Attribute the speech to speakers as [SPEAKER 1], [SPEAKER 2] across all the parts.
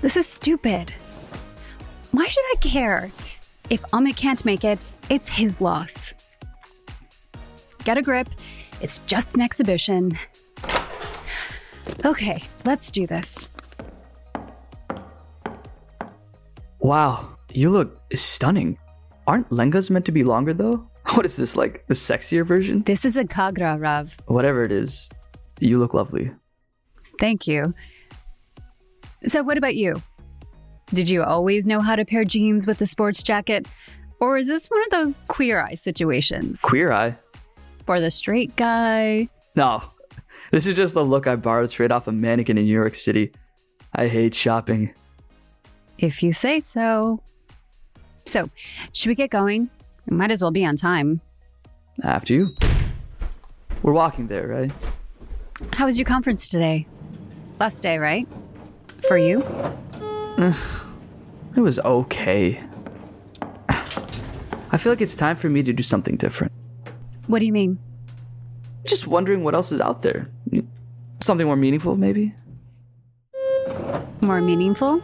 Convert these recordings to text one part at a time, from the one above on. [SPEAKER 1] This is stupid. Why should I care? If Amit can't make it, it's his loss. Get a grip. It's just an exhibition. Okay, let's do this.
[SPEAKER 2] Wow, you look stunning. Aren't lengas meant to be longer though? What is this like? The sexier version?
[SPEAKER 1] This is a Kagra, Rav.
[SPEAKER 2] Whatever it is, you look lovely.
[SPEAKER 1] Thank you. So, what about you? Did you always know how to pair jeans with a sports jacket? Or is this one of those queer eye situations?
[SPEAKER 2] Queer eye?
[SPEAKER 1] For the straight guy?
[SPEAKER 2] No, this is just the look I borrowed straight off a mannequin in New York City. I hate shopping.
[SPEAKER 1] If you say so. So, should we get going? We might as well be on time.
[SPEAKER 2] After you. We're walking there, right?
[SPEAKER 1] How was your conference today? Last day, right? For you?
[SPEAKER 2] It was okay. I feel like it's time for me to do something different.
[SPEAKER 1] What do you mean?
[SPEAKER 2] Just wondering what else is out there. Something more meaningful, maybe?
[SPEAKER 1] More meaningful?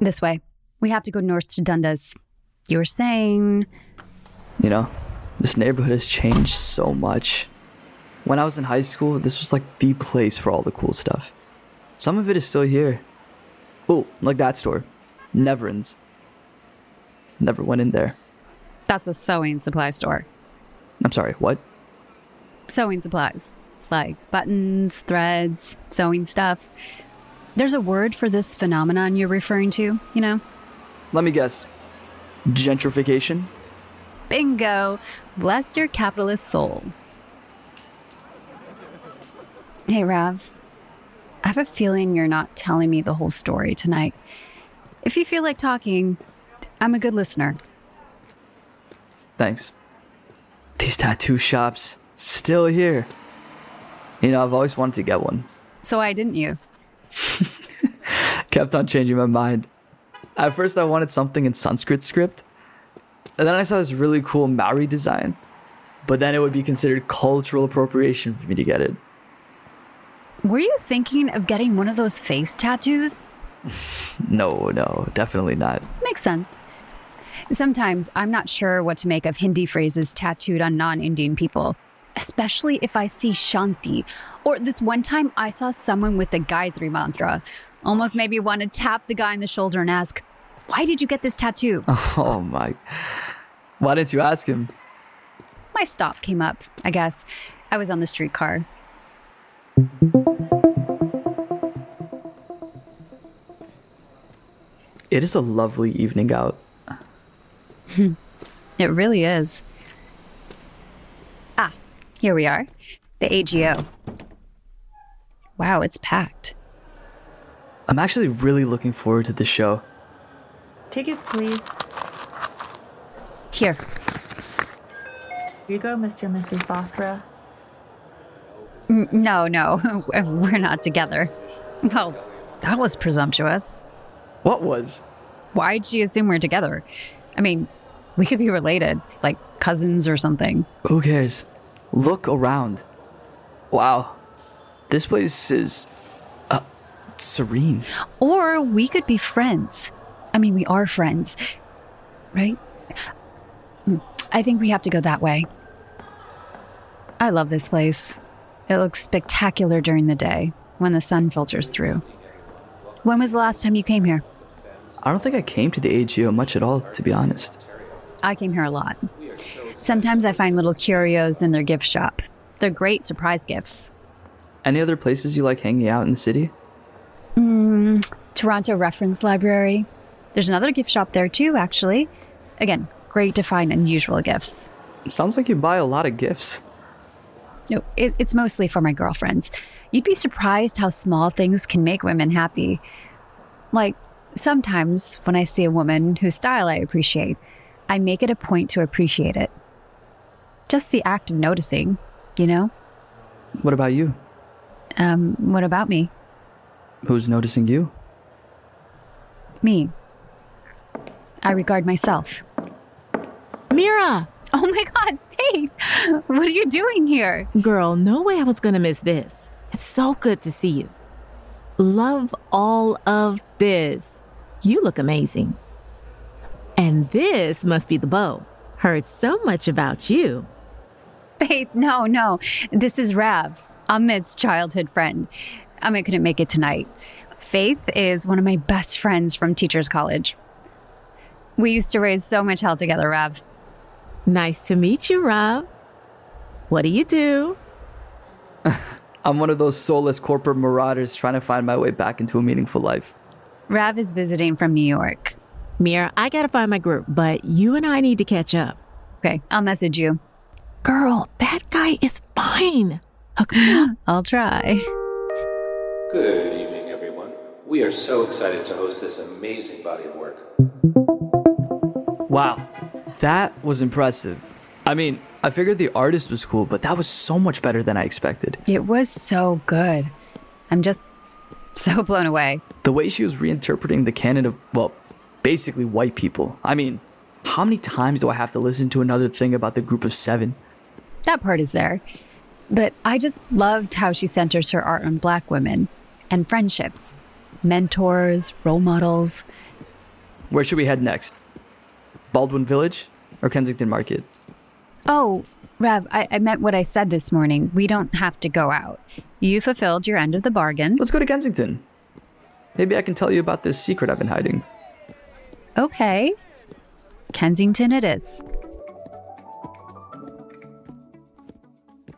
[SPEAKER 1] This way. We have to go north to Dundas. You were saying.
[SPEAKER 2] You know, this neighborhood has changed so much. When I was in high school, this was like the place for all the cool stuff. Some of it is still here. Oh, like that store. Neverins. Never went in there.
[SPEAKER 1] That's a sewing supply store.
[SPEAKER 2] I'm sorry, what?
[SPEAKER 1] Sewing supplies. Like buttons, threads, sewing stuff. There's a word for this phenomenon you're referring to, you know?
[SPEAKER 2] Let me guess. Gentrification?
[SPEAKER 1] Bingo! Bless your capitalist soul. Hey, Rav. I have a feeling you're not telling me the whole story tonight. If you feel like talking, I'm a good listener.
[SPEAKER 2] Thanks. These tattoo shops, still here. You know, I've always wanted to get one.
[SPEAKER 1] So why didn't you?
[SPEAKER 2] Kept on changing my mind. At first, I wanted something in Sanskrit script, and then I saw this really cool Maori design, but then it would be considered cultural appropriation for me to get it.
[SPEAKER 1] Were you thinking of getting one of those face tattoos?
[SPEAKER 2] No, no, definitely not.
[SPEAKER 1] Makes sense. Sometimes I'm not sure what to make of Hindi phrases tattooed on non Indian people, especially if I see Shanti. Or this one time I saw someone with the Gayatri mantra. Almost made me want to tap the guy in the shoulder and ask, Why did you get this tattoo?
[SPEAKER 2] Oh my. Why didn't you ask him?
[SPEAKER 1] My stop came up, I guess. I was on the streetcar.
[SPEAKER 2] It is a lovely evening out.
[SPEAKER 1] It really is. Ah, here we are. The AGO. Wow, it's packed.
[SPEAKER 2] I'm actually really looking forward to the show.
[SPEAKER 3] Tickets, please.
[SPEAKER 1] Here,
[SPEAKER 3] Here you go, Mr. and Mrs. Bothra.
[SPEAKER 1] N- no, no, we're not together. Well, that was presumptuous.
[SPEAKER 2] What was?
[SPEAKER 1] Why'd she assume we're together? I mean, we could be related, like cousins or something.
[SPEAKER 2] Who cares? Look around. Wow. This place is uh, serene.
[SPEAKER 1] Or we could be friends. I mean, we are friends, right? Mm, I think we have to go that way. I love this place. It looks spectacular during the day when the sun filters through. When was the last time you came here?
[SPEAKER 2] I don't think I came to the AGO much at all, to be honest.
[SPEAKER 1] I came here a lot. Sometimes I find little curios in their gift shop. They're great surprise gifts.
[SPEAKER 2] Any other places you like hanging out in the city?
[SPEAKER 1] Toronto Reference Library. There's another gift shop there too, actually. Again, great to find unusual gifts.
[SPEAKER 2] Sounds like you buy a lot of gifts.
[SPEAKER 1] No, it, it's mostly for my girlfriends. You'd be surprised how small things can make women happy. Like, sometimes when I see a woman whose style I appreciate, I make it a point to appreciate it. Just the act of noticing, you know?
[SPEAKER 2] What about you?
[SPEAKER 1] Um, what about me?
[SPEAKER 2] Who's noticing you?
[SPEAKER 1] Me. I regard myself.
[SPEAKER 4] Mira!
[SPEAKER 1] Oh my God, Faith! What are you doing here?
[SPEAKER 4] Girl, no way I was gonna miss this. It's so good to see you. Love all of this. You look amazing. And this must be the bow. Heard so much about you.
[SPEAKER 1] Faith, no, no. This is Rav, Ahmed's childhood friend. Ahmed couldn't make it tonight. Faith is one of my best friends from teachers college. We used to raise so much hell together, Rav.
[SPEAKER 4] Nice to meet you, Rob. What do you do?
[SPEAKER 2] I'm one of those soulless corporate marauders trying to find my way back into a meaningful life.
[SPEAKER 1] Rav is visiting from New York.
[SPEAKER 4] Mira, I gotta find my group, but you and I need to catch up.
[SPEAKER 1] Okay, I'll message you.
[SPEAKER 4] Girl, that guy is fine. Hook me up.
[SPEAKER 1] I'll try.
[SPEAKER 5] Good evening, everyone. We are so excited to host this amazing body of work.
[SPEAKER 2] Wow, that was impressive. I mean, I figured the artist was cool, but that was so much better than I expected.
[SPEAKER 1] It was so good. I'm just so blown away.
[SPEAKER 2] The way she was reinterpreting the canon of, well, basically white people. I mean, how many times do I have to listen to another thing about the group of seven?
[SPEAKER 1] That part is there. But I just loved how she centers her art on black women and friendships, mentors, role models.
[SPEAKER 2] Where should we head next? Baldwin Village or Kensington Market?
[SPEAKER 1] Oh, Rev, I, I meant what I said this morning. We don't have to go out. You fulfilled your end of the bargain.
[SPEAKER 2] Let's go to Kensington. Maybe I can tell you about this secret I've been hiding.
[SPEAKER 1] Okay. Kensington it is.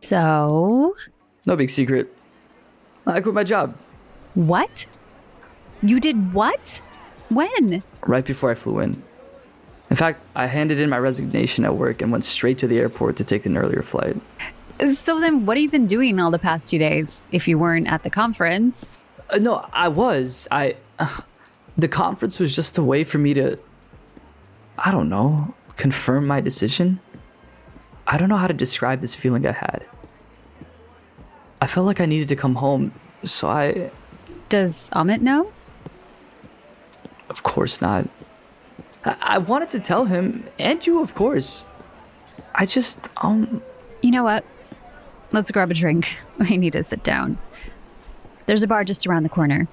[SPEAKER 1] So,
[SPEAKER 2] No big secret. I quit my job
[SPEAKER 1] what? You did what? When?
[SPEAKER 2] right before I flew in. In fact, I handed in my resignation at work and went straight to the airport to take an earlier flight.
[SPEAKER 1] So then, what have you been doing all the past two days if you weren't at the conference?
[SPEAKER 2] Uh, no, I was. I. the conference was just a way for me to. I don't know. Confirm my decision? I don't know how to describe this feeling I had. I felt like I needed to come home, so I.
[SPEAKER 1] Does Amit know?
[SPEAKER 2] Of course not. I, I wanted to tell him, and you, of course. I just. Um.
[SPEAKER 1] You know what? Let's grab a drink. I need to sit down. There's a bar just around the corner.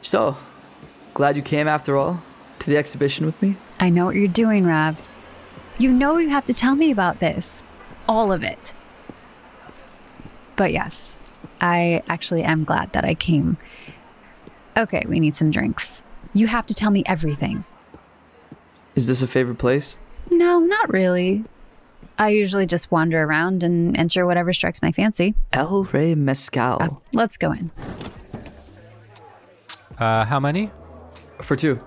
[SPEAKER 2] So, glad you came after all to the exhibition with me?
[SPEAKER 1] I know what you're doing, Rav. You know you have to tell me about this. All of it. But yes, I actually am glad that I came. Okay, we need some drinks. You have to tell me everything.
[SPEAKER 2] Is this a favorite place?
[SPEAKER 1] No, not really. I usually just wander around and enter whatever strikes my fancy. Uh,
[SPEAKER 2] El Rey Mezcal.
[SPEAKER 1] Let's go in.
[SPEAKER 6] Uh, how many?
[SPEAKER 2] For two.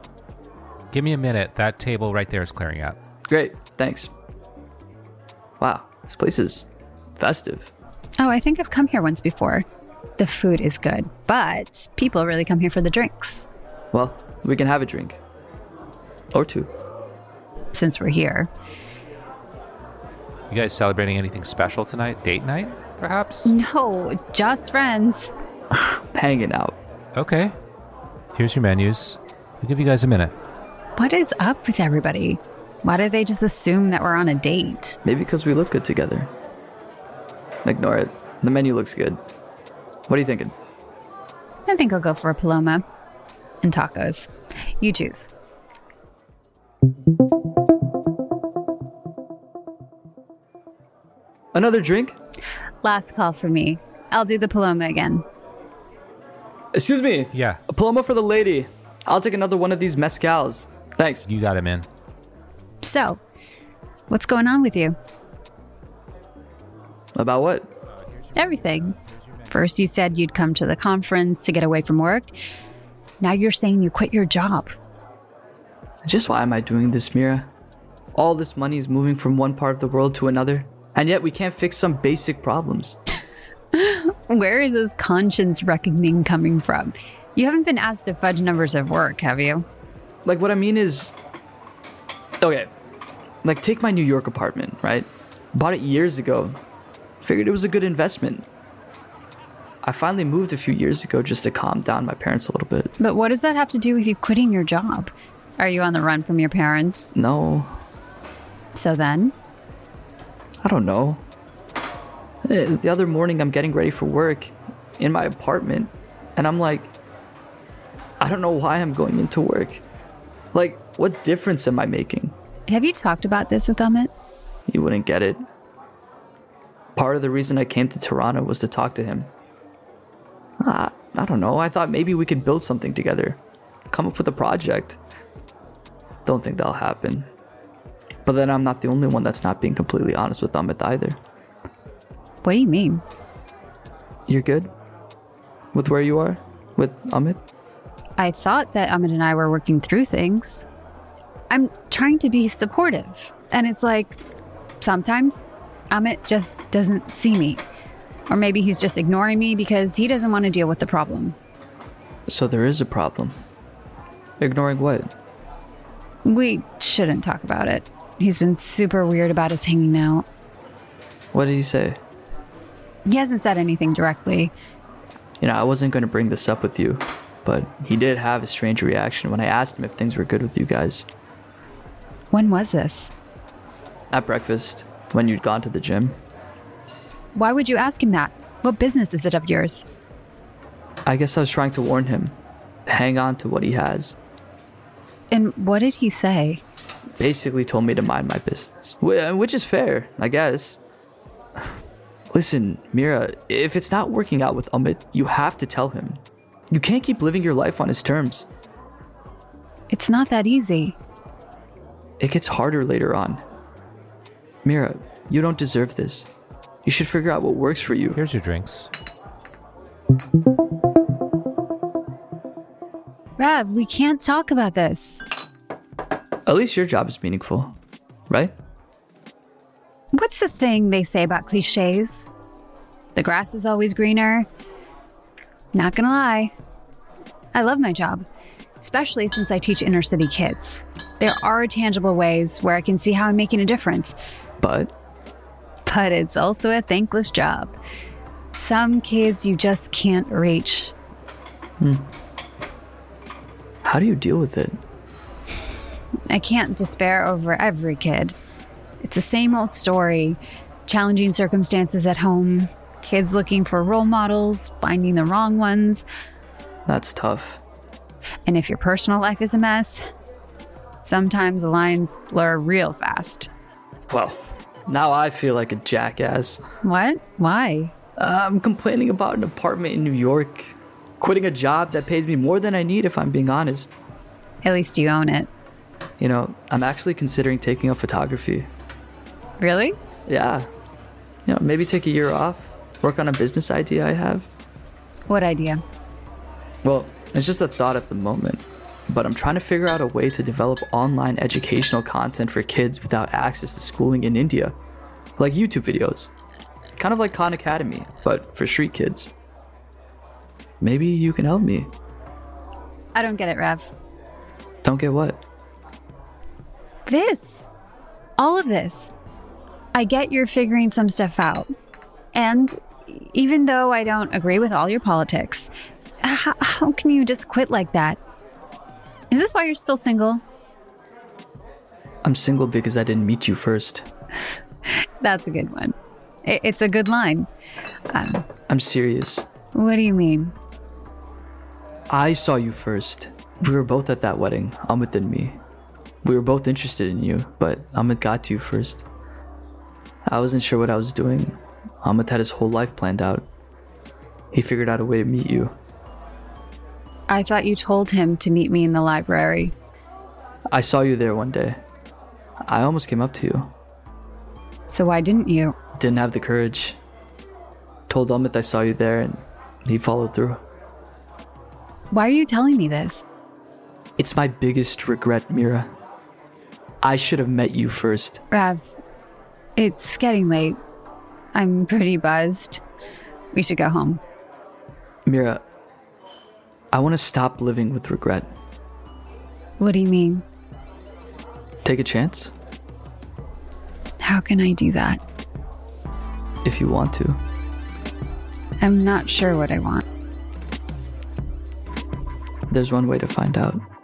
[SPEAKER 6] Give me a minute. That table right there is clearing up.
[SPEAKER 2] Great, thanks. Wow, this place is festive.
[SPEAKER 1] Oh, I think I've come here once before. The food is good, but people really come here for the drinks
[SPEAKER 2] Well, we can have a drink. Or two.
[SPEAKER 1] since we're here.
[SPEAKER 6] You guys celebrating anything special tonight? Date night, perhaps?
[SPEAKER 1] No, just friends.
[SPEAKER 2] Hanging out.
[SPEAKER 6] Okay. Here's your menus. I'll give you guys a minute.
[SPEAKER 1] What is up with everybody? Why do they just assume that we're on a date?
[SPEAKER 2] Maybe because we look good together. Ignore it. The menu looks good. What are you thinking?
[SPEAKER 1] I think I'll go for a Paloma and tacos. You choose.
[SPEAKER 2] Another drink?
[SPEAKER 1] Last call for me. I'll do the Paloma again.
[SPEAKER 2] Excuse me.
[SPEAKER 6] Yeah.
[SPEAKER 2] A Paloma for the lady. I'll take another one of these mezcals. Thanks.
[SPEAKER 6] You got him in.
[SPEAKER 1] So, what's going on with you?
[SPEAKER 2] About what?
[SPEAKER 1] Everything. First, you said you'd come to the conference to get away from work. Now you're saying you quit your job.
[SPEAKER 2] Just why am I doing this, Mira? All this money is moving from one part of the world to another, and yet we can't fix some basic problems.
[SPEAKER 1] Where is this conscience reckoning coming from? You haven't been asked to fudge numbers at work, have you?
[SPEAKER 2] Like, what I mean is. Okay. Like, take my New York apartment, right? Bought it years ago. Figured it was a good investment. I finally moved a few years ago just to calm down my parents a little bit.
[SPEAKER 1] But what does that have to do with you quitting your job? Are you on the run from your parents?
[SPEAKER 2] No,
[SPEAKER 1] So then,
[SPEAKER 2] I don't know. Eh, The other morning, I'm getting ready for work in my apartment, and I'm like, I don't know why I'm going into work. Like, what difference am I making?
[SPEAKER 1] Have you talked about this with Amit?
[SPEAKER 2] You wouldn't get it. Part of the reason I came to Toronto was to talk to him. Ah, I don't know. I thought maybe we could build something together, come up with a project. Don't think that'll happen. But then I'm not the only one that's not being completely honest with Amit either.
[SPEAKER 1] What do you mean?
[SPEAKER 2] You're good? With where you are? With Amit?
[SPEAKER 1] I thought that Amit and I were working through things. I'm trying to be supportive. And it's like sometimes Amit just doesn't see me. Or maybe he's just ignoring me because he doesn't want to deal with the problem.
[SPEAKER 2] So there is a problem. Ignoring what?
[SPEAKER 1] We shouldn't talk about it. He's been super weird about us hanging out.
[SPEAKER 2] What did he say?
[SPEAKER 1] He hasn't said anything directly.
[SPEAKER 2] You know, I wasn't going to bring this up with you, but he did have a strange reaction when I asked him if things were good with you guys.
[SPEAKER 1] When was this?
[SPEAKER 2] At breakfast, when you'd gone to the gym,
[SPEAKER 1] Why would you ask him that? What business is it of yours?
[SPEAKER 2] I guess I was trying to warn him to hang on to what he has.
[SPEAKER 1] And what did he say?
[SPEAKER 2] Basically, told me to mind my business, Wh- uh, which is fair, I guess. Listen, Mira, if it's not working out with Amit, you have to tell him. You can't keep living your life on his terms.
[SPEAKER 1] It's not that easy.
[SPEAKER 2] It gets harder later on. Mira, you don't deserve this. You should figure out what works for you.
[SPEAKER 6] Here's your drinks.
[SPEAKER 1] Rev, we can't talk about this.
[SPEAKER 2] At least your job is meaningful, right?
[SPEAKER 1] What's the thing they say about cliches? The grass is always greener. Not gonna lie, I love my job, especially since I teach inner city kids. There are tangible ways where I can see how I'm making a difference,
[SPEAKER 2] But
[SPEAKER 1] but it's also a thankless job. Some kids you just can't reach.
[SPEAKER 2] how do you deal with it?
[SPEAKER 1] I can't despair over every kid. It's the same old story challenging circumstances at home, kids looking for role models, finding the wrong ones,
[SPEAKER 2] That's tough.
[SPEAKER 1] and if your personal life is a mess, sometimes the lines blur real fast.
[SPEAKER 2] Well, now I feel like a jackass.
[SPEAKER 1] What? Why?
[SPEAKER 2] I'm complaining about an apartment in New York, quitting a job that pays me more than I need, if I'm being honest.
[SPEAKER 1] At least you own it.
[SPEAKER 2] You know, I'm actually considering taking up photography.
[SPEAKER 1] Really?
[SPEAKER 2] Yeah. You know, maybe take a year off, work on a business idea I have.
[SPEAKER 1] What idea?
[SPEAKER 2] Well, it's just a thought at the moment, but I'm trying to figure out a way to develop online educational content for kids without access to schooling in India, like YouTube videos. Kind of like Khan Academy, but for street kids. Maybe you can help me.
[SPEAKER 1] I don't get it, Rev.
[SPEAKER 2] Don't get what?
[SPEAKER 1] This. All of this. I get you're figuring some stuff out. And even though I don't agree with all your politics, how, how can you just quit like that? Is this why you're still single?
[SPEAKER 2] I'm single because I didn't meet you first.
[SPEAKER 1] That's a good one. I- it's a good line.
[SPEAKER 2] I'm serious.
[SPEAKER 1] What do you mean?
[SPEAKER 2] I saw you first. We were both at that wedding, Amit and me. We were both interested in you, but Amit got to you first. I wasn't sure what I was doing. Amit had his whole life planned out. He figured out a way to meet you.
[SPEAKER 1] I thought you told him to meet me in the library.
[SPEAKER 2] I saw you there one day. I almost came up to you.
[SPEAKER 1] So why didn't you?
[SPEAKER 2] Didn't have the courage. Told Amit I saw you there and he followed through.
[SPEAKER 1] Why are you telling me this?
[SPEAKER 2] It's my biggest regret, Mira. I should have met you first.
[SPEAKER 1] Rav, it's getting late. I'm pretty buzzed. We should go home.
[SPEAKER 2] Mira, I want to stop living with regret.
[SPEAKER 1] What do you mean?
[SPEAKER 2] Take a chance
[SPEAKER 1] How can I do that?
[SPEAKER 2] if you want to.
[SPEAKER 1] I'm not sure what I want.
[SPEAKER 2] There's one way to find out.